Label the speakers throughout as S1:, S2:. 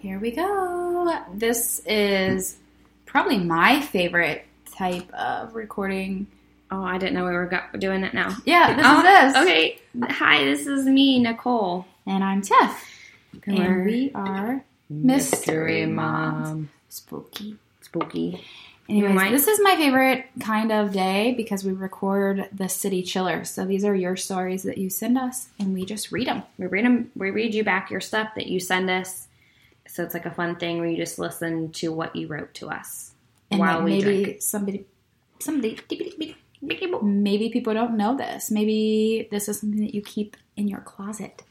S1: Here we go. This is probably my favorite type of recording.
S2: Oh, I didn't know we were go- doing that now.
S1: Yeah, this
S2: Oh,
S1: is this.
S2: Okay. Hi, this is me, Nicole.
S1: And I'm Tiff.
S2: We're
S1: And we are Mystery Moms. spooky.
S2: Spooky.
S1: Anyways,
S2: Right.
S1: this is my favorite kind of day because we record the city chiller. So these are your stories that you send us and we just read them.
S2: We read 'em- We read you back your stuff that you send us. So it's like a fun thing where you just listen to what you wrote to us
S1: And
S2: while
S1: like,
S2: we
S1: maybe
S2: drink.
S1: somebody somebody maybe people don't know this. Maybe this is something that you keep in your closet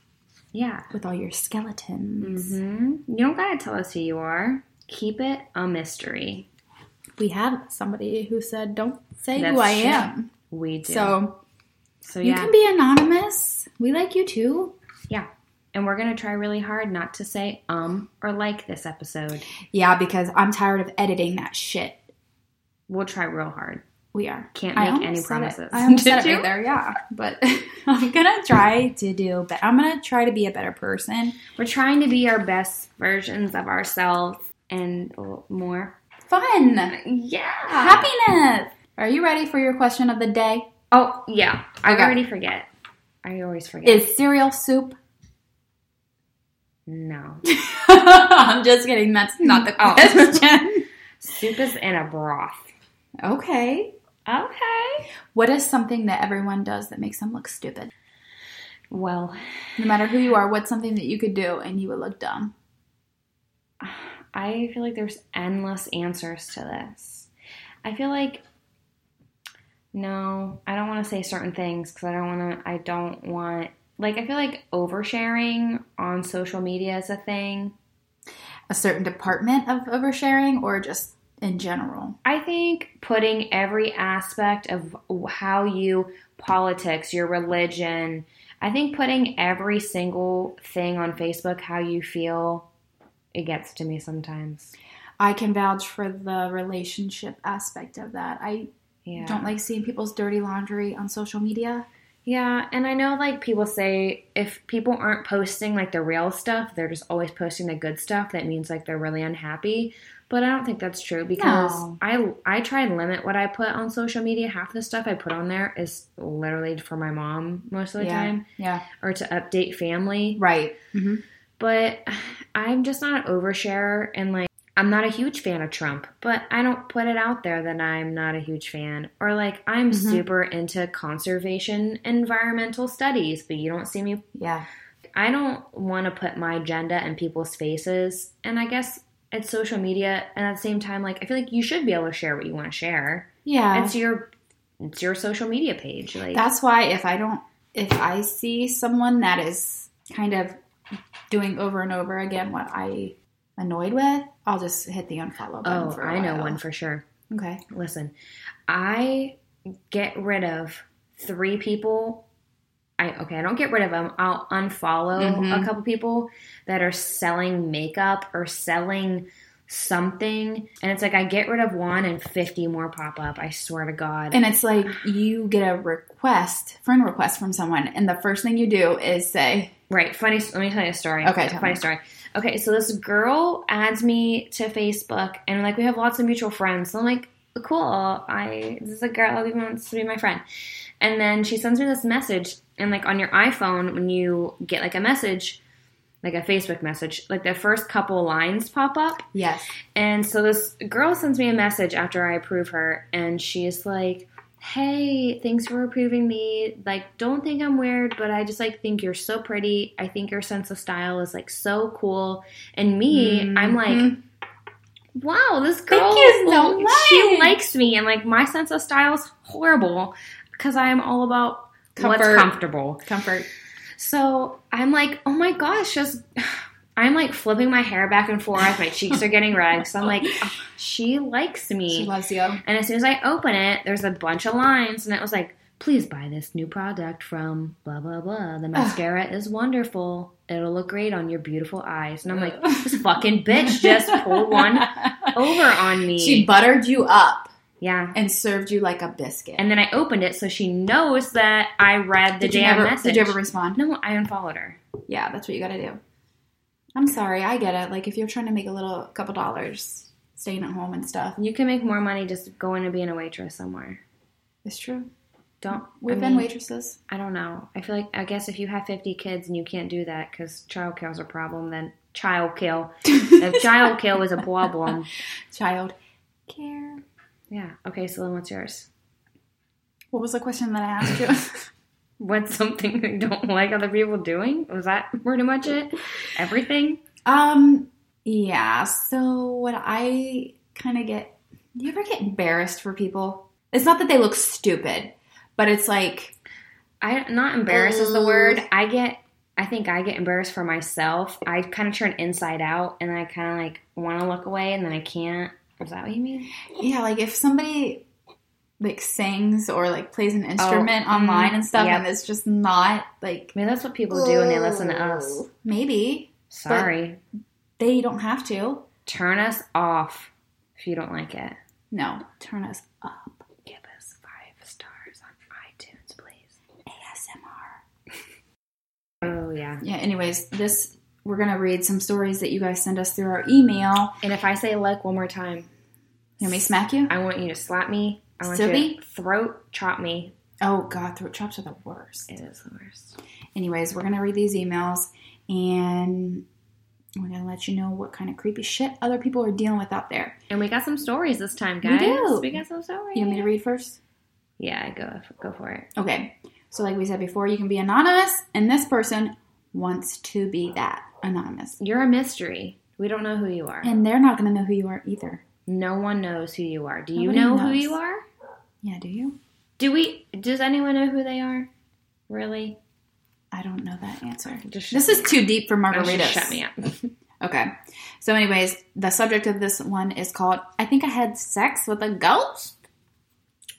S2: Yeah.
S1: with all your skeletons.
S2: hmm You don't gotta tell us who you are. Keep it a mystery.
S1: We have somebody who said, "Don't say
S2: That's
S1: who I
S2: true.
S1: am."
S2: We do.
S1: So
S2: so
S1: you
S2: yeah.
S1: can be anonymous. We like you too.
S2: yeah. And we're gonna try really hard not to say um or like this episode.
S1: Yeah, because I'm tired of editing that shit.
S2: We'll try real hard.
S1: We are.
S2: Can't
S1: I
S2: make
S1: almost
S2: any
S1: said it.
S2: promises.
S1: I almost
S2: Did
S1: said it
S2: you?
S1: right there, yeah. But I'm gonna try to do. But I'm gonna try to be a better person.
S2: We're trying to be our best versions of ourselves and more.
S1: Fun,
S2: Yeah.
S1: happiness. Are you ready for your question of the day?
S2: Oh, yeah. I
S1: Okay.
S2: already forget. I always forget.
S1: Is cereal soup?
S2: no.
S1: I'm just kidding. That's not the
S2: Oh.
S1: question.
S2: Soup is in a broth.
S1: okay.
S2: Okay.
S1: What is something that everyone does that makes them look stupid?
S2: Well,
S1: No matter who you are, what's something that you could do and you would look dumb?
S2: I feel like there's endless answers to this. I feel like no, I don't want to say certain things because I don't want to. I don't want like I feel like oversharing on social media is a thing.
S1: A certain department of oversharing or just in general?
S2: I think putting every aspect of how you politics, your religion, I think putting every single thing on Facebook, how you feel, it gets to me sometimes.
S1: I can vouch for the relationship aspect of that. I
S2: Yeah.
S1: don't like seeing people's dirty laundry on social media.
S2: Yeah, and I know like people say if people aren't posting like the real stuff, they're just always posting the good stuff. That means like they're really unhappy. But I don't think that's true because
S1: No.
S2: I I try and limit what I put on social media. Half the stuff I put on there is literally for my mom most of the
S1: Yeah.
S2: time
S1: Yeah.
S2: or to update family.
S1: Right.
S2: Mm-hmm.
S1: hmm
S2: But I'm just not an oversharer and like I'm not a huge fan of Trump, but I don't put it out there that I'm not a huge fan. Or like I'm
S1: Mhm.
S2: super into conservation environmental studies, but you don't see me
S1: Yeah.
S2: I don't want to put my agenda in people's faces. And I guess it's social media and at the same time like I feel like you should be able to share what you want to share.
S1: Yeah.
S2: It's your it's your social media page. Like
S1: That's why if I don't, if I see someone that is kind of doing over and over again what I annoyed with, I'll just hit the unfollow button.
S2: Oh,
S1: for a
S2: I know
S1: while.
S2: one for sure.
S1: Okay.
S2: Listen, I get rid of three people. I okay, I don't get rid of them. I'll unfollow
S1: Mhm.
S2: a couple people that are selling makeup or selling something, and it's like I get rid of one and fifty more pop up. I swear to God.
S1: And it's like you get a request, friend request from someone, and the first thing you do is say,
S2: Right. Funny. Let me tell you a story.
S1: Okay, tell
S2: Funny
S1: me.
S2: story. Okay. So this girl adds me to Facebook, and like we have lots of mutual friends. So I'm like, cool. I this is a girl who wants to be my friend. And then she sends me this message, and like on your iPhone, when you get like a message, like a Facebook message, like the first couple lines pop up.
S1: Yes.
S2: And so this girl sends me a message after I approve her, and she's like, Hey, thanks for approving me. Like, don't think I'm weird, but I just like think you're so pretty. I think your sense of style is like so cool. And me, I'm like,
S1: Mhm.
S2: wow, this girl,
S1: Thank you so
S2: she
S1: much.
S2: likes me, and like my sense of style is horrible because I'm all about
S1: Comfort.
S2: what's comfortable.
S1: comfort.
S2: So I'm like, oh my gosh, just I'm like flipping my hair back and forth. My cheeks are getting red. So I'm like, oh, she likes me.
S1: She loves you.
S2: and as soon as I open it, there's a bunch of lines, and it was like, please buy this new product from blah blah blah. The mascara is wonderful. It'll look great on your beautiful eyes. And I'm like, this fucking bitch just pulled one over on me.
S1: She buttered you up
S2: yeah.
S1: and served you like a biscuit.
S2: And then I opened it, so she knows that I read the
S1: did you
S2: damn
S1: ever
S2: message.
S1: did you ever respond?
S2: No, I unfollowed her.
S1: Yeah, that's what you got to do. I'm sorry, I get it. Like if you're trying to make a little couple dollars staying at home and stuff,
S2: You can make more money just going and being a waitress somewhere.
S1: it's true.
S2: Don't.
S1: We've
S2: I
S1: been
S2: mean,
S1: waitresses.
S2: I don't know. I feel like I guess if you have 50 kids and you can't do that because child care is a problem, then child kill. if child kill is a problem,
S1: Child care.
S2: yeah. Okay, so then what's yours?
S1: What was the question that I asked you?
S2: What's something you don't like other people doing? Was that pretty much it? Everything?
S1: um, yeah. So what I kind of get, do you ever get embarrassed for people? It's not that they look stupid, but it's like
S2: I not embarrassed is the
S1: Ooh.
S2: word. I get. I think I get embarrassed for myself. I kind of turn inside out, and I kind of like want to look away, and then I can't. Is that what you mean?
S1: yeah, like if somebody like sings or like plays an instrument online
S2: mm,
S1: and stuff,
S2: yep.
S1: and it's just not like
S2: I mean, that's what people do when they listen to
S1: Oh.
S2: us.
S1: Maybe
S2: Sorry.
S1: they don't have to.
S2: Turn us off if you don't like it.
S1: No, turn us up.
S2: Give us five stars on iTunes, please.
S1: ASMR.
S2: Oh, yeah.
S1: Yeah. Anyways, this we're gonna read some stories that you guys send us through our email.
S2: And if I say like one more time,
S1: You want me to smack you?
S2: I want you to slap me. I want you
S1: Sylvie?
S2: to throat chop me.
S1: Oh God, throat chops are the worst.
S2: It is the worst.
S1: Anyways, we're gonna read these emails and we're gonna let you know what kind of creepy shit other people are dealing with out there.
S2: And we got some stories this time,
S1: We
S2: guys.
S1: do.
S2: We got some stories.
S1: You want me to read first?
S2: yeah, go go for it.
S1: Okay. So, like we said before, you can be anonymous, and this person wants to be that anonymous.
S2: You're a mystery. We don't know who you are.
S1: And they're not going to know who you are either.
S2: no one knows who you are. Do you
S1: Nobody
S2: know who
S1: knows.
S2: you are?
S1: Yeah, do you?
S2: Do we? Does anyone know who they are? Really?
S1: I don't know that answer.
S2: Just shut
S1: This is too deep for
S2: Oh,
S1: margaritas.
S2: she shut me up.
S1: Okay. So, anyways, the subject of this one is called I Think I Had Sex with a Ghost.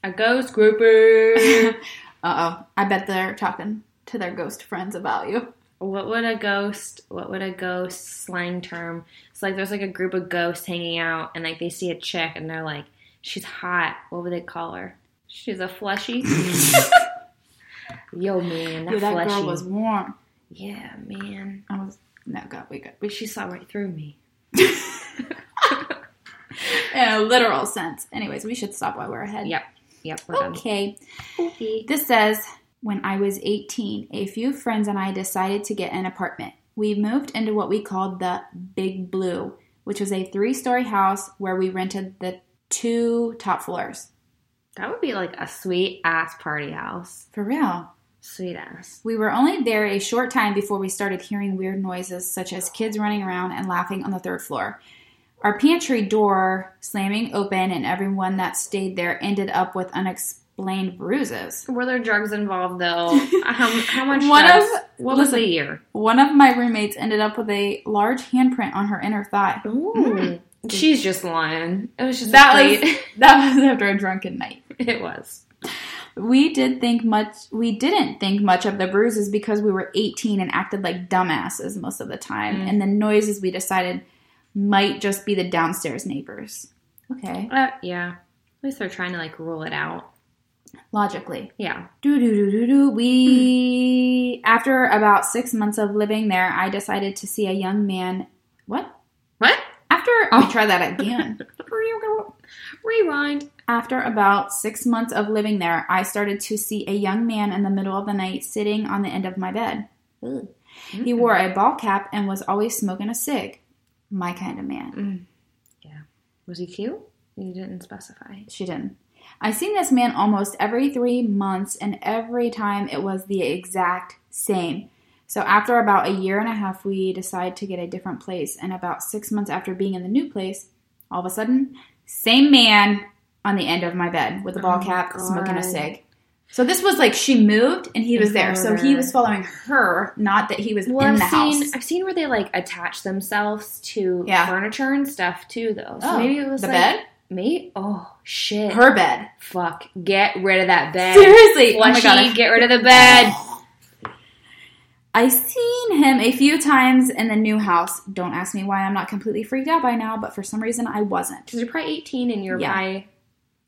S2: A ghost grouper.
S1: uh oh. I bet they're talking to their ghost friends about you.
S2: what would a ghost? What would a ghost slang term? It's like there's like a group of ghosts hanging out, and like they see a chick, and they're like, "She's hot." What would they call her? She's a fleshy. Yo, man, that,
S1: Yeah, that
S2: fleshy.
S1: girl was warm.
S2: Yeah, man.
S1: I was. No, God, we got. We
S2: She saw right through me.
S1: in a literal sense. Anyways, we should stop while we're ahead.
S2: Yep. Yep. We're done.
S1: Okay. This says When I was 18, a few friends and I decided to get an apartment. We moved into what we called the Big Blue, which was a three story house where we rented the two top floors.
S2: That would be like a sweet ass party house.
S1: For real.
S2: Sweet ass.
S1: We were only there a short time before we started hearing weird noises, such as kids running around and laughing on the third floor. Our pantry door slamming open, and everyone that stayed there ended up with unexplained bruises.
S2: Were there drugs involved though? how, how much?
S1: One
S2: drugs?
S1: of-
S2: what was the
S1: listen.
S2: year?
S1: One of my roommates ended up with a large handprint on her inner thigh. Mm.
S2: Ooh. She's just lying. It was just a
S1: That
S2: great-
S1: was that was after a drunken night.
S2: it was.
S1: We did think much we didn't think much of the bruises because we were 18 and acted like dumbasses most of the time
S2: Mm.
S1: and the noises we decided might just be the downstairs neighbors. Okay.
S2: Uh, yeah. At least they're trying to like rule it out.
S1: Logically.
S2: Yeah.
S1: Do do do do do. We after about 6 months of living there, I decided to see a young man What?
S2: What?
S1: After
S2: Oh.
S1: I'll try that again.
S2: Rewind.
S1: After about six months of living there, I started to see a young man in the middle of the night sitting on the end of my bed. He wore a ball cap and was always smoking a cig. My kind of man.
S2: Mm. Yeah. Was he cute? You didn't specify.
S1: She didn't. I seen this man almost every three months, and every time it was the exact same. So after about a year and a half, we decide to get a different place. And about six months after being in the new place, all of a sudden, same man on the end of my bed with a ball
S2: Oh,
S1: cap, smoking a
S2: God.
S1: cig. So this was like she moved and he
S2: And
S1: was there. So
S2: followed
S1: he
S2: her.
S1: was following her, not that he was
S2: Well,
S1: in
S2: I've
S1: the
S2: seen
S1: house.
S2: I've seen where they like attach themselves to
S1: Yeah.
S2: furniture and stuff too, though. So
S1: Oh,
S2: maybe it was
S1: the
S2: like,
S1: bed.
S2: Me? Oh shit.
S1: Her bed.
S2: Fuck. Get rid of that bed.
S1: Seriously. Oh
S2: Flushy,
S1: I-
S2: get rid of the bed.
S1: I seen him a few times in the new house. Don't ask me why I'm not completely freaked out by now, but for some reason I wasn't.
S2: Because you're probably 18 and you're
S1: Yeah.
S2: probably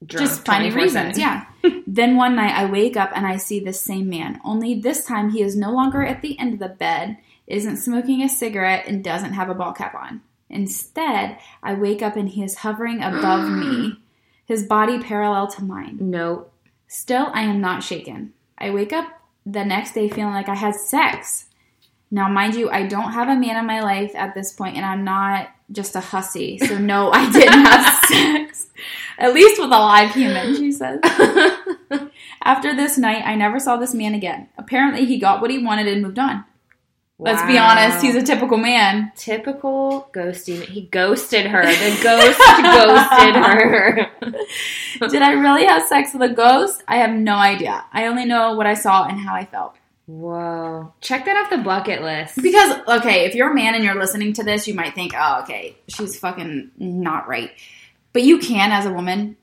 S2: drunk
S1: Just funny
S2: 24/7.
S1: reasons, yeah. then one night I wake up and I see this same man, only this time he is no longer at the end of the bed, isn't smoking a cigarette, and doesn't have a ball cap on. Instead, I wake up and he is hovering above me, his body parallel to mine.
S2: No.
S1: Still, I am not shaken. I wake up the next day feeling like I had sex. Now, mind you, I don't have a man in my life at this point, and I'm not just a hussy. So, no, I didn't have sex. At least with a live human, she says. After this night, I never saw this man again. Apparently, he got what he wanted and moved on. Let's be honest, he's a typical man.
S2: typical ghosting. He ghosted her. The ghost ghosted her.
S1: Did I really have sex with a ghost? I have no idea. I only know what I saw and how I felt.
S2: Whoa. Check that off the bucket list.
S1: Because okay, if you're a man and you're listening to this, you might think, "Oh, okay, she's fucking not right." But you can, as a woman,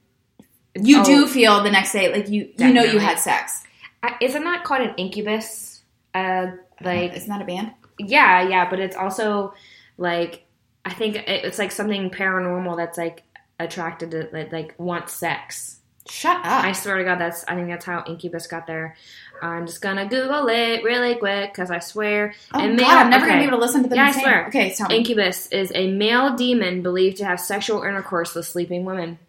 S1: you
S2: Oh.
S1: do feel the next day like you you know you
S2: Definitely.
S1: had sex.
S2: I- Isn't that called an incubus? Uh, like,
S1: it's not a band.
S2: yeah, yeah, but it's also like, I think it- it's like something paranormal that's like attracted to, like, like wants sex.
S1: Shut up.
S2: I swear to God, that's I think that's how Incubus got there. I'm just gonna Google it really quick because I swear.
S1: oh
S2: and
S1: God,
S2: male-
S1: I'm never gonna
S2: okay.
S1: be able to listen to them.
S2: Yeah, I
S1: same-
S2: swear.
S1: Okay, tell me.
S2: Incubus is a male demon believed to have sexual intercourse with sleeping women.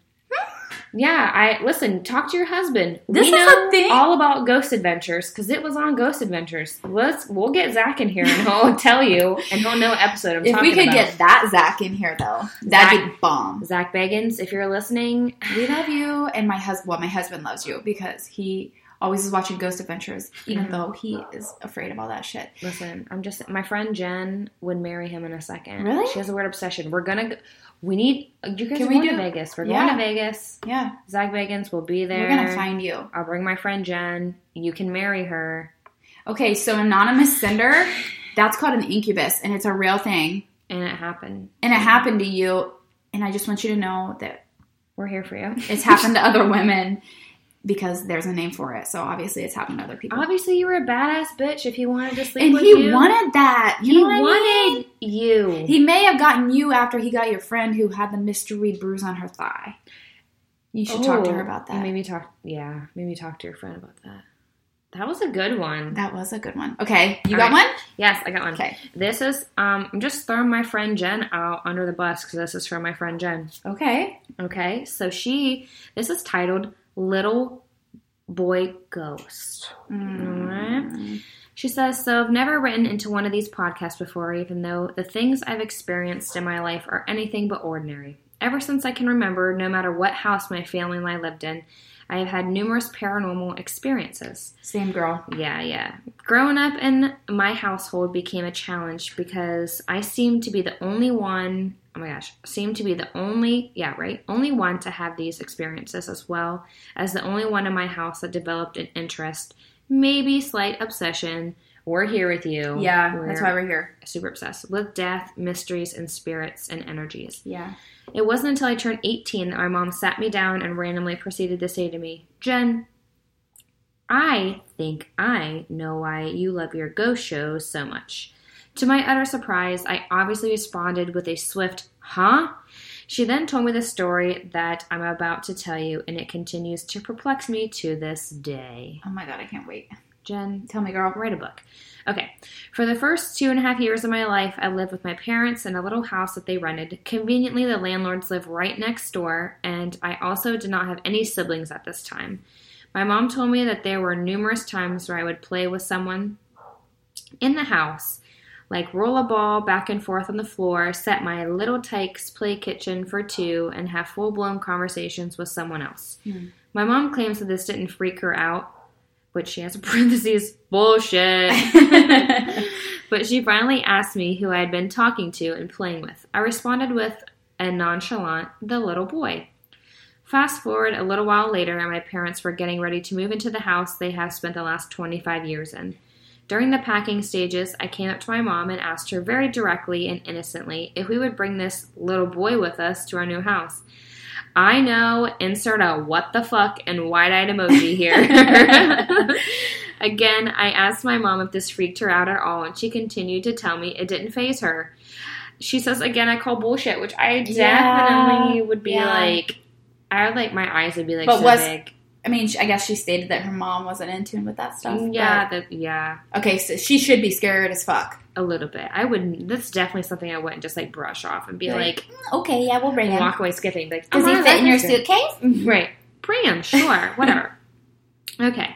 S2: yeah, I listen. Talk to your husband.
S1: Hmm. This
S2: we
S1: is
S2: know
S1: a thing?
S2: all about Ghost Adventures because it was on Ghost Adventures. Let's we'll get Zach in here and he'll tell you and he'll know what episode I'm
S1: if
S2: talking
S1: we could
S2: about.
S1: get that Zach in here though, that'd be bomb.
S2: Zach Bagans, if you're listening,
S1: We love you, and my husband. Well, my husband loves you because he always is watching Ghost Adventures, even
S2: Mhm.
S1: though he is afraid of all that shit.
S2: Listen, I'm just my friend Jen would marry him in a second.
S1: Really?
S2: She has a weird obsession. We're gonna go, we need you guys
S1: Can
S2: are
S1: we
S2: going
S1: do-
S2: to Vegas. We're
S1: Yeah.
S2: going to Vegas.
S1: Yeah,
S2: Zach Bagans will be
S1: we're
S2: there.
S1: gonna find you.
S2: I'll bring my friend Jen. You can marry her.
S1: Okay, so anonymous sender, that's called an incubus, and it's a real thing.
S2: And it happened.
S1: And it happened to you, and I just want you to know that
S2: We're here for you.
S1: it's happened to other women because there's a name for it. So obviously, it's happened to other people.
S2: Obviously you were a badass bitch if he wanted to sleep
S1: And
S2: with
S1: he
S2: you.
S1: wanted that. You
S2: he
S1: know what I mean?
S2: wanted you.
S1: He may have gotten you after he got your friend who had the mystery bruise on her thigh. You should talk to her
S2: Oh,
S1: about that.
S2: Maybe talk yeah, maybe talk to your friend about that. That was a good one.
S1: That was a good one. Okay, you
S2: All
S1: got
S2: right.
S1: one?
S2: Yes, I got one.
S1: Okay.
S2: This is um I'm just throwing my friend Jen out under the bus because this is from my friend Jen.
S1: Okay.
S2: Okay, so she this is titled Little Boy Ghost.
S1: Mm.
S2: She says, So I've never written into one of these podcasts before, even though the things I've experienced in my life are anything but ordinary. Ever since I can remember, no matter what house my family and I lived in, I have had numerous paranormal experiences.
S1: Same girl.
S2: Yeah, yeah. Growing up in my household became a challenge because I seemed to be the only one, oh my gosh, seemed to be the only, yeah, right, only one to have these experiences as well as the only one in my house that developed an interest, maybe slight obsession. We're here with you.
S1: Yeah, that's why
S2: we're
S1: we're here.
S2: super obsessed with death, mysteries, and spirits and energies.
S1: Yeah.
S2: It wasn't until I turned 18 that my mom sat me down and randomly proceeded to say to me, Jen, I think I know why you love your ghost shows so much. To my utter surprise, I obviously responded with a swift, huh? She then told me the story that I'm about to tell you, and it continues to perplex me to this day.
S1: Oh my god, I can't wait.
S2: Jen,
S1: Tell me, girl.
S2: write a book. Okay. For the first two and a half years of my life, I lived with my parents in a little house that they rented. Conveniently, the landlords live right next door, and I also did not have any siblings at this time. My mom told me that there were numerous times where I would play with someone in the house, like roll a ball back and forth on the floor, set my little tyke's play kitchen for two, and have full blown conversations with someone else.
S1: Hmm.
S2: My mom claims that this didn't freak her out, which she has in parentheses bullshit. but she finally asked me who I had been talking to and playing with. I responded with a nonchalant, the little boy. Fast forward a little while later, and my parents were getting ready to move into the house they have spent the last 25 years in. During the packing stages, I came up to my mom and asked her very directly and innocently if we would bring this little boy with us to our new house. I know, insert a what the fuck and wide eyed emoji here. Again, I asked my mom if this freaked her out at all, and she continued to tell me it didn't phase her. She says, again, I call bullshit, which I definitely would be
S1: yeah.
S2: like, I would like, my eyes would be like,
S1: But
S2: so
S1: was-
S2: big.
S1: I mean, she- I guess she stated that her mom wasn't in tune with that stuff. but-
S2: Yeah, that, yeah,
S1: okay, so she should be scared as fuck.
S2: a little bit. I would, that's definitely something I wouldn't just like brush off and be
S1: Right.
S2: like,
S1: Okay, yeah, we'll bring
S2: and walk away skipping. Like,
S1: Does
S2: oh,
S1: he
S2: wow,
S1: fit in your
S2: that's interesting.
S1: suitcase?
S2: Right. Bring him, sure, whatever. Okay.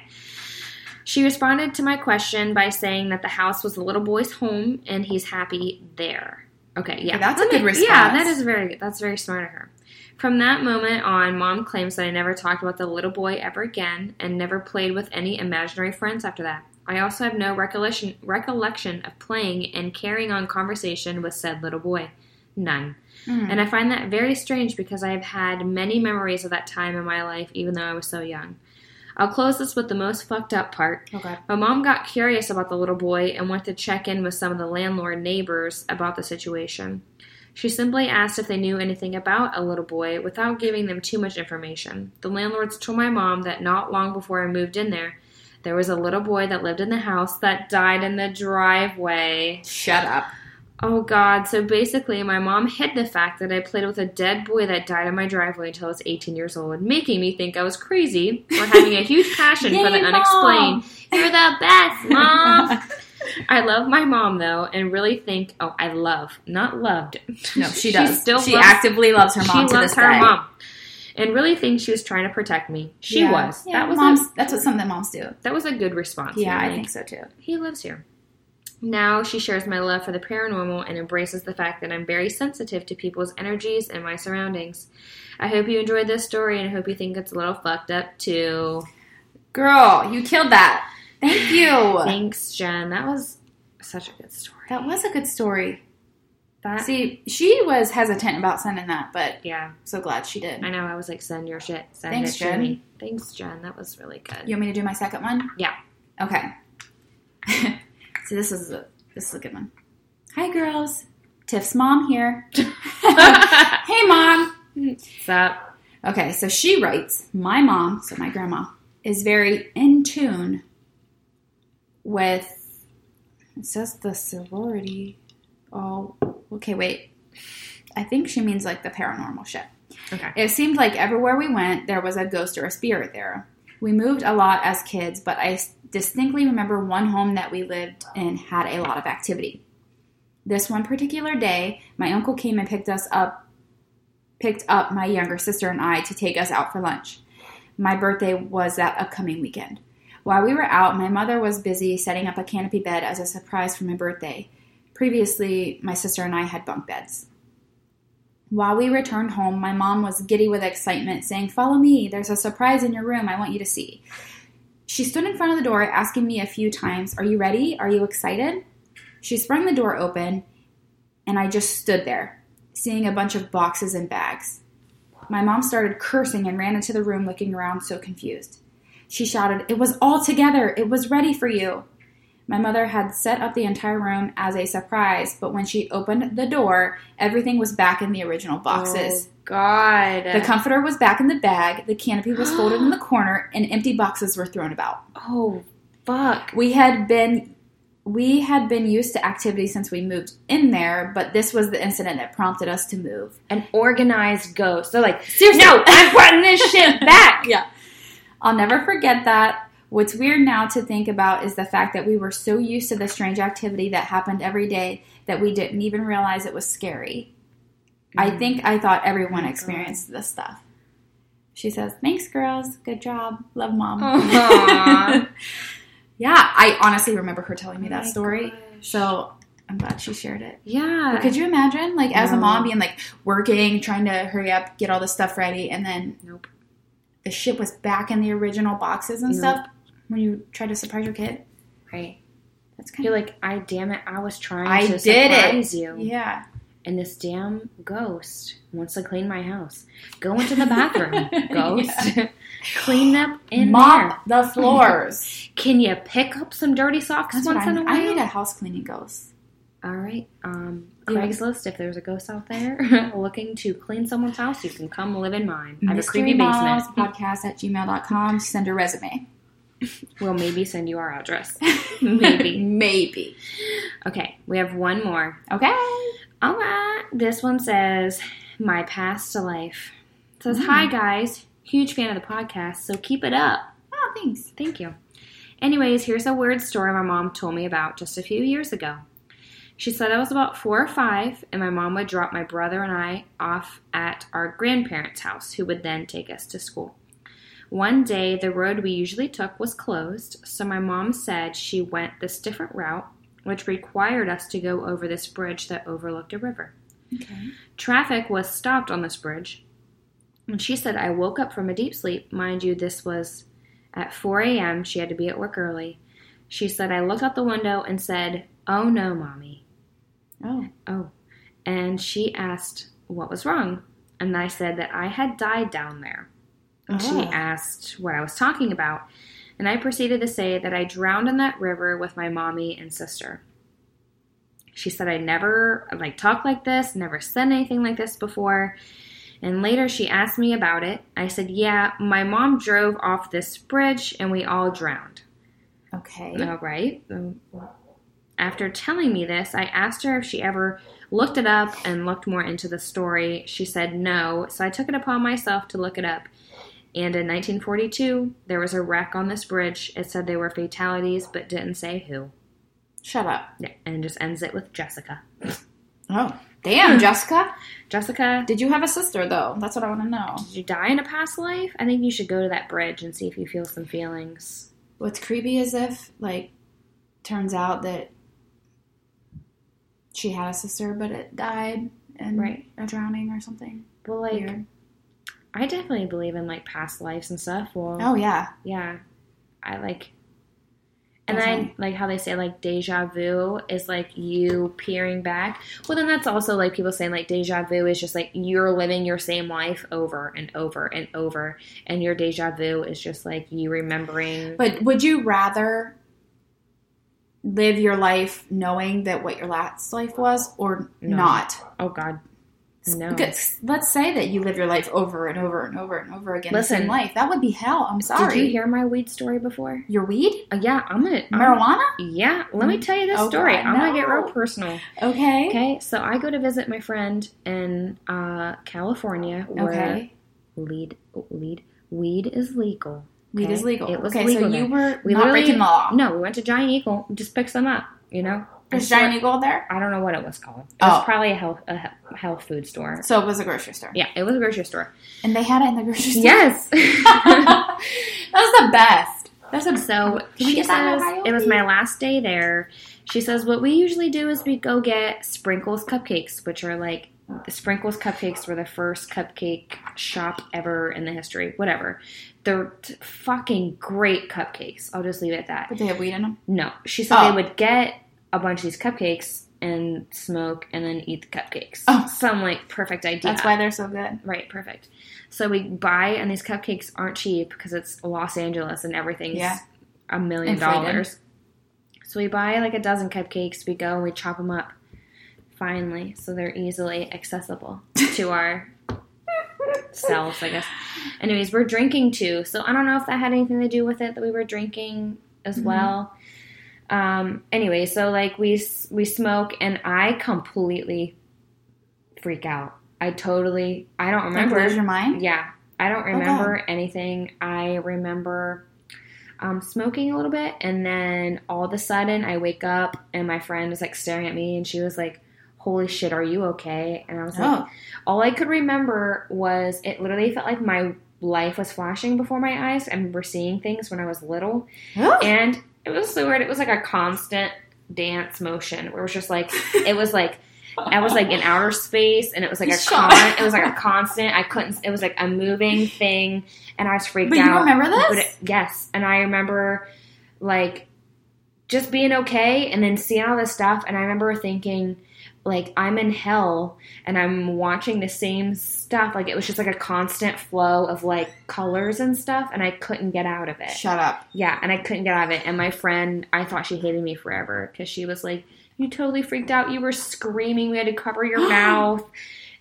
S2: She responded to my question by saying that the house was the little boy's home and he's happy there. Okay, yeah.
S1: That's a
S2: Let me-
S1: good
S2: Yeah,
S1: response.
S2: that is very that's very smart of her. From that moment on, mom claims that I never talked about the little boy ever again and never played with any imaginary friends after that. I also have no recollection recollection of playing and carrying on conversation with said little boy. None.
S1: Hmm.
S2: And I find that very strange because I've had many memories of that time in my life, even though I was so young. I'll close this with the most fucked up part.
S1: Oh, God.
S2: My mom got curious about the little boy and went to check in with some of the landlord neighbors about the situation. She simply asked if they knew anything about a little boy without giving them too much information. The landlords told my mom that not long before I moved in there, there was a little boy that lived in the house that died in the driveway.
S1: Shut up.
S2: Oh God! So basically, my mom hid the fact that I played with a dead boy that died in my driveway until I was 18 years old, making me think I was crazy or having a huge passion for the
S1: Yay, Mom!
S2: unexplained. You're the best, mom. I love my mom though, and really think. Oh, I love, not loved.
S1: No, she does. She,
S2: still loves-
S1: actively loves her mom
S2: she
S1: to
S2: loves
S1: this
S2: her
S1: day.
S2: mom, and really think she was trying to protect me. She
S1: Yeah.
S2: was.
S1: Yeah,
S2: that was
S1: moms.
S2: A,
S1: that's what some that moms do.
S2: that was a good response.
S1: Yeah, I
S2: really.
S1: think so too.
S2: He lives here. Now she shares my love for the paranormal and embraces the fact that I'm very sensitive to people's energies and my surroundings. I hope you enjoyed this story and I hope you think it's a little fucked up too.
S1: Girl, you killed that. Thank you.
S2: Thanks, Jen. That was such a good story.
S1: That was a good story.
S2: That-
S1: See, she was hesitant about sending that, but
S2: yeah,
S1: I'm so glad she did.
S2: I know. I was like, send your shit. Send
S1: Thanks,
S2: it to
S1: Jen.
S2: me. Thanks, Jen. That was really good.
S1: You want me to do my second one?
S2: Yeah.
S1: Okay. so this is a, this is a good one. Hi, girls. Tiff's mom here. hey, mom.
S2: What's up?
S1: Okay, so she writes, My mom, so my grandma, is very in tune with. It says the sorority. Oh, okay, wait. I think she means like the paranormal shit.
S2: Okay.
S1: It seemed like everywhere we went, there was a ghost or a spirit there. We moved a lot as kids, but I s- distinctly remember one home that we lived in had a lot of activity. This one particular day, my uncle came and picked us up picked up my younger sister and I to take us out for lunch. My birthday was that upcoming weekend. While we were out, my mother was busy setting up a canopy bed as a surprise for my birthday. Previously, my sister and I had bunk beds. While we returned home, my mom was giddy with excitement, saying, Follow me, there's a surprise in your room I want you to see. She stood in front of the door, asking me a few times, Are you ready? Are you excited? She sprung the door open, and I just stood there, seeing a bunch of boxes and bags. My mom started cursing and ran into the room, looking around so confused. She shouted, It was all together! It was ready for you! My mother had set up the entire room as a surprise, but when she opened the door, everything was back in the original boxes.
S2: Oh, God.
S1: The comforter was back in the bag, the canopy was folded in the corner, and empty boxes were thrown about.
S2: oh, fuck.
S1: We had been we had been used to activity since we moved in there, but this was the incident that prompted us to move.
S2: An organized ghost. They're like,
S1: Seriously.
S2: no, I'm putting this shit back.
S1: Yeah. I'll never forget that. What's weird now to think about is the fact that we were so used to the strange activity that happened every day that we didn't even realize it was scary. I
S2: Mm.
S1: think I thought everyone experienced this stuff. She says, Thanks, girls. Good job. Love, mom.
S2: Aw.
S1: yeah, I honestly remember her telling me
S2: Oh
S1: that
S2: my
S1: story.
S2: gosh.
S1: So I'm glad she shared it.
S2: Yeah.
S1: But could you imagine, like, as a
S2: No.
S1: mom being like working, trying to hurry up, get all the stuff ready, and then
S2: Nope.
S1: the shit was back in the original boxes and
S2: Nope.
S1: stuff when you try to surprise your kid?
S2: right.
S1: That's kind
S2: You're
S1: of
S2: like, I damn it, I was trying
S1: I
S2: to
S1: did it.
S2: surprise you.
S1: yeah.
S2: And this damn ghost wants to clean my house. Go into the bathroom, ghost. clean up in
S1: Mop the floors.
S2: there. Can you pick up some dirty socks
S1: That's what
S2: once
S1: I
S2: in
S1: need.
S2: a
S1: I need
S2: while?
S1: a house cleaning ghost.
S2: all right, um,
S1: Yeah.
S2: Craigslist, if there's a ghost out there looking to clean someone's house, you can come live in mine. I have a creepy basement.
S1: podcast at gmail.com. Send a resume.
S2: We'll maybe send you our address. maybe. Oh,
S1: Maybe.
S2: Okay, we have one more.
S1: Okay.
S2: All right, this one says, My past to life. It says,
S1: Mm.
S2: Hi, guys. Huge fan of the podcast, so keep it up.
S1: Oh, thanks.
S2: Thank you. Anyways, here's a weird story my mom told me about just a few years ago. She said I was about four or five, and my mom would drop my brother and I off at our grandparents' house, who would then take us to school. One day, the road we usually took was closed, so my mom said she went this different route, which required us to go over this bridge that overlooked a river.
S1: Okay.
S2: Traffic was stopped on this bridge. And she said, I woke up from a deep sleep. Mind you, this was at 4 a.m. She had to be at work early. She said, I looked out the window and said, Oh no, mommy.
S1: Oh.
S2: Oh. And she asked what was wrong. And I said that I had died down there. And she
S1: Oh.
S2: asked what I was talking about. And I proceeded to say that I drowned in that river with my mommy and sister. She said I never like talked like this, never said anything like this before. And later she asked me about it. I said, "Yeah, my mom drove off this bridge and we all drowned."
S1: Okay.
S2: All Oh, right. Um, After telling me this, I asked her if she ever looked it up and looked more into the story. She said no, so I took it upon myself to look it up. And in 1942, there was a wreck on this bridge. It said there were fatalities, but didn't say who.
S1: Shut up.
S2: Yeah, and just ends it with Jessica.
S1: Oh. Damn, Jessica.
S2: Jessica,
S1: Did you have a sister, though? That's what I want to know.
S2: did you die in a past life? I think you should go to that bridge and see if you feel some feelings.
S1: What's creepy is if, like, turns out that she had a sister, but it died in
S2: Right.
S1: a drowning or something.
S2: Well, like,
S1: Weird.
S2: I definitely believe in like past lives and stuff. Well,
S1: Oh, yeah.
S2: Yeah. I like and
S1: Definitely.
S2: then like how they say like deja vu is like you peering back. Well then that's also like people saying like deja vu is just like you're living your same life over and over and over and your deja vu is just like you remembering
S1: But would you rather live your life knowing that what your last life was or
S2: No.
S1: not?
S2: oh god. No.
S1: Because let's say that you live your life over and over and over and over again. the
S2: Listen.
S1: same life that would be hell. I'm sorry.
S2: Did you hear my weed story before?
S1: your weed,
S2: Uh, yeah, I'm gonna I'm-
S1: marijuana?
S2: yeah, let me tell you this
S1: Oh,
S2: story.
S1: God,
S2: I'm gonna get
S1: no.
S2: real personal.
S1: Okay.
S2: Okay, so I go to visit my friend in uh, California where
S1: Okay.
S2: lead lead weed is legal.
S1: Weed is legal.
S2: It was
S1: okay,
S2: legal
S1: so you
S2: then.
S1: were
S2: We
S1: not
S2: literally-
S1: breaking the law.
S2: No, we went to Giant Eagle, just pick some up, you know?
S1: There's
S2: I'm
S1: Giant
S2: sure-
S1: Eagle there,
S2: I don't know what it was called. It was
S1: Oh.
S2: probably a health a he- health food store.
S1: so it was a grocery store,
S2: Yeah, it was a grocery store.
S1: and they had it in the grocery store.
S2: Yes.
S1: that was the best. That's a
S2: so
S1: Can we
S2: she
S1: get that in
S2: says
S1: Ohio?
S2: it was my last day there. She says what we usually do is we go get sprinkles cupcakes, which are like the sprinkles cupcakes were the first cupcake shop ever in the history. Whatever. They're t- fucking great cupcakes. I'll just leave it at that.
S1: But they had weed in them.
S2: No, she said
S1: Oh.
S2: they would get a bunch of these cupcakes and smoke and then eat the cupcakes.
S1: Oh.
S2: Some like perfect idea.
S1: That's why they're so good.
S2: Right, perfect. So we buy, and these cupcakes aren't cheap because it's Los Angeles and everything's
S1: Yeah.
S2: a million
S1: Inflated.
S2: dollars. So we buy like a dozen cupcakes. We go and we chop them up. Finally, so they're easily accessible to our selves, I guess. Anyways, we're drinking too, so I don't know if that had anything to do with it that we were drinking as
S1: Mhm.
S2: well. Um. Anyway, so like we s- we smoke, and I completely freak out. I totally. I don't
S1: Like,
S2: remember.
S1: where's your mind?
S2: Yeah, I don't remember anything. I remember um, smoking a little bit, and then all of a sudden I wake up and my friend was like staring at me, and she was like, "Holy shit, are you okay?" And I was like,
S1: Oh,
S2: all I could remember was it literally felt like my life was flashing before my eyes. I remember seeing things when I was little,
S1: oh.
S2: and it was so weird. It was like a constant dance motion where it was just like it was like I was like in outer space, and it was like a
S1: Shut
S2: con- it was like a constant. I couldn't. It was like a moving thing, and I was freaked
S1: but
S2: out.
S1: you remember this?
S2: But it- yes, and I remember like just being okay, and then seeing all this stuff, and I remember thinking like I'm in hell, and I'm watching the same stuff. Like it was just like a constant flow of like colors and stuff, and I couldn't get out of it.
S1: Shut up.
S2: Yeah, and I couldn't get out of it. And my friend, I thought she hated me forever because she was like, You totally freaked out. You were screaming. We had to cover your mouth.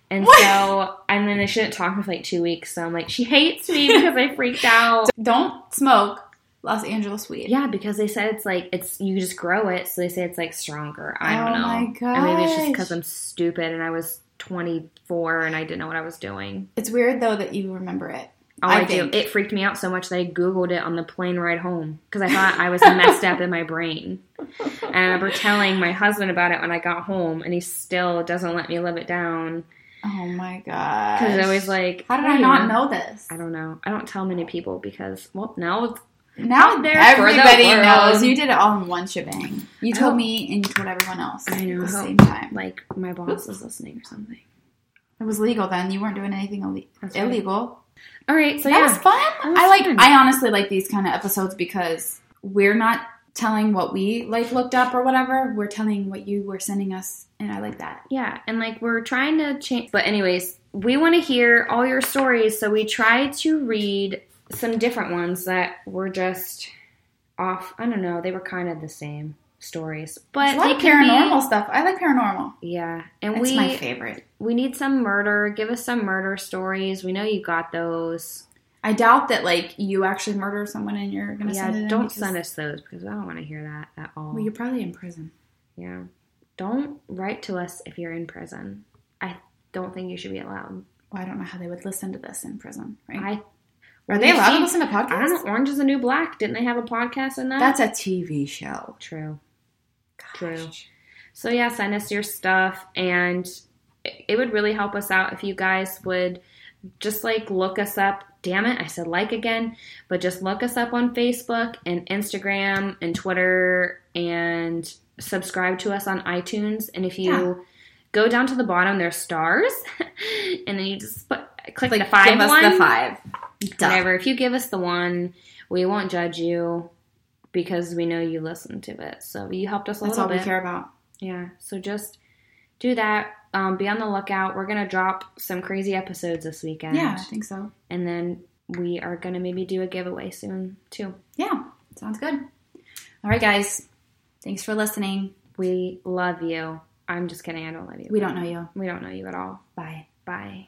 S2: And so, and then I shouldn't talk for like two weeks. So I'm like, she hates me because I freaked out.
S1: Don't smoke Los Angeles weed.
S2: Yeah, because they said it's like it's you just grow it, so they say it's like stronger. I don't
S1: Oh
S2: know.
S1: my
S2: And maybe it's just
S1: gosh.
S2: because I'm stupid and I was 24 and I didn't know what I was doing.
S1: It's weird though that you remember it.
S2: All
S1: I
S2: Oh, I, do,
S1: think-
S2: it freaked me out so much that I googled it on the plane ride home because I thought I was messed up in my brain. And I remember telling my husband about it when I got home, and he still doesn't let me live it down
S1: Oh my god.
S2: because I always like,
S1: How did I
S2: "Hey,
S1: not know this?
S2: I don't know. I don't tell many people because, well, no,
S1: Now
S2: out there for the
S1: everybody
S2: world.
S1: knows you did it all in one shebang. You
S2: I
S1: told
S2: hope-
S1: me and you told everyone else
S2: I
S1: at
S2: know.
S1: the same time.
S2: like my boss is listening or something.
S1: It was legal then. You weren't doing anything ille-
S2: That's right.
S1: illegal.
S2: All right, so
S1: that
S2: yeah,
S1: was fun.
S2: That was
S1: I like.
S2: fun.
S1: I honestly like these kind of episodes because we're not telling what we like looked up or whatever. We're telling what you were sending us, and I like that.
S2: Yeah, and like we're trying to change. But, anyways, we want to hear all your stories, so we try to read some different ones that were just off. I don't know, they were kind of the same stories,
S1: But
S2: but
S1: a lot
S2: they
S1: of
S2: could be-
S1: paranormal stuff. I like paranormal.
S2: yeah, and
S1: It's
S2: we
S1: my favorite.
S2: we need some murder. Give us some murder stories. We know you got those.
S1: I doubt that like you actually murder someone and you're gonna
S2: yeah,
S1: send it. in
S2: don't
S1: because-
S2: send us those because I don't want to hear that at all.
S1: Well, you're probably in prison.
S2: yeah, don't write to us if you're in prison. I don't think you should be allowed.
S1: Well, I don't know how they would listen to this in prison, right?
S2: I
S1: Are they
S2: Well,
S1: allowed
S2: see,
S1: to listen to podcasts?
S2: I don't know. Orange is the New Black. Didn't they have a podcast in that?
S1: That's a TV show.
S2: true. True. So yeah, send us your stuff, and it it would really help us out if you guys would just like look us up. Damn it, I said like again, but just look us up on Facebook and Instagram and Twitter, and subscribe to us on iTunes. And if you
S1: Yeah.
S2: go down to the bottom, there's stars, and then you just put, click
S1: Like
S2: the five
S1: give us
S2: one.
S1: the five. Duh.
S2: Whatever. If you give us the one, we won't judge you because we know you listened to it. So you helped us a
S1: That's all
S2: little
S1: we
S2: bit.
S1: care about.
S2: Yeah. So just do that. Um, be on the lookout. We're gonna drop some crazy episodes this weekend.
S1: Yeah, I think so.
S2: And then we are gonna maybe do a giveaway soon too.
S1: Yeah, sounds good. All right, guys. Thanks for listening.
S2: We love you. I'm just kidding. I don't love you.
S1: We don't know you.
S2: We don't know you at all.
S1: Bye.
S2: Bye.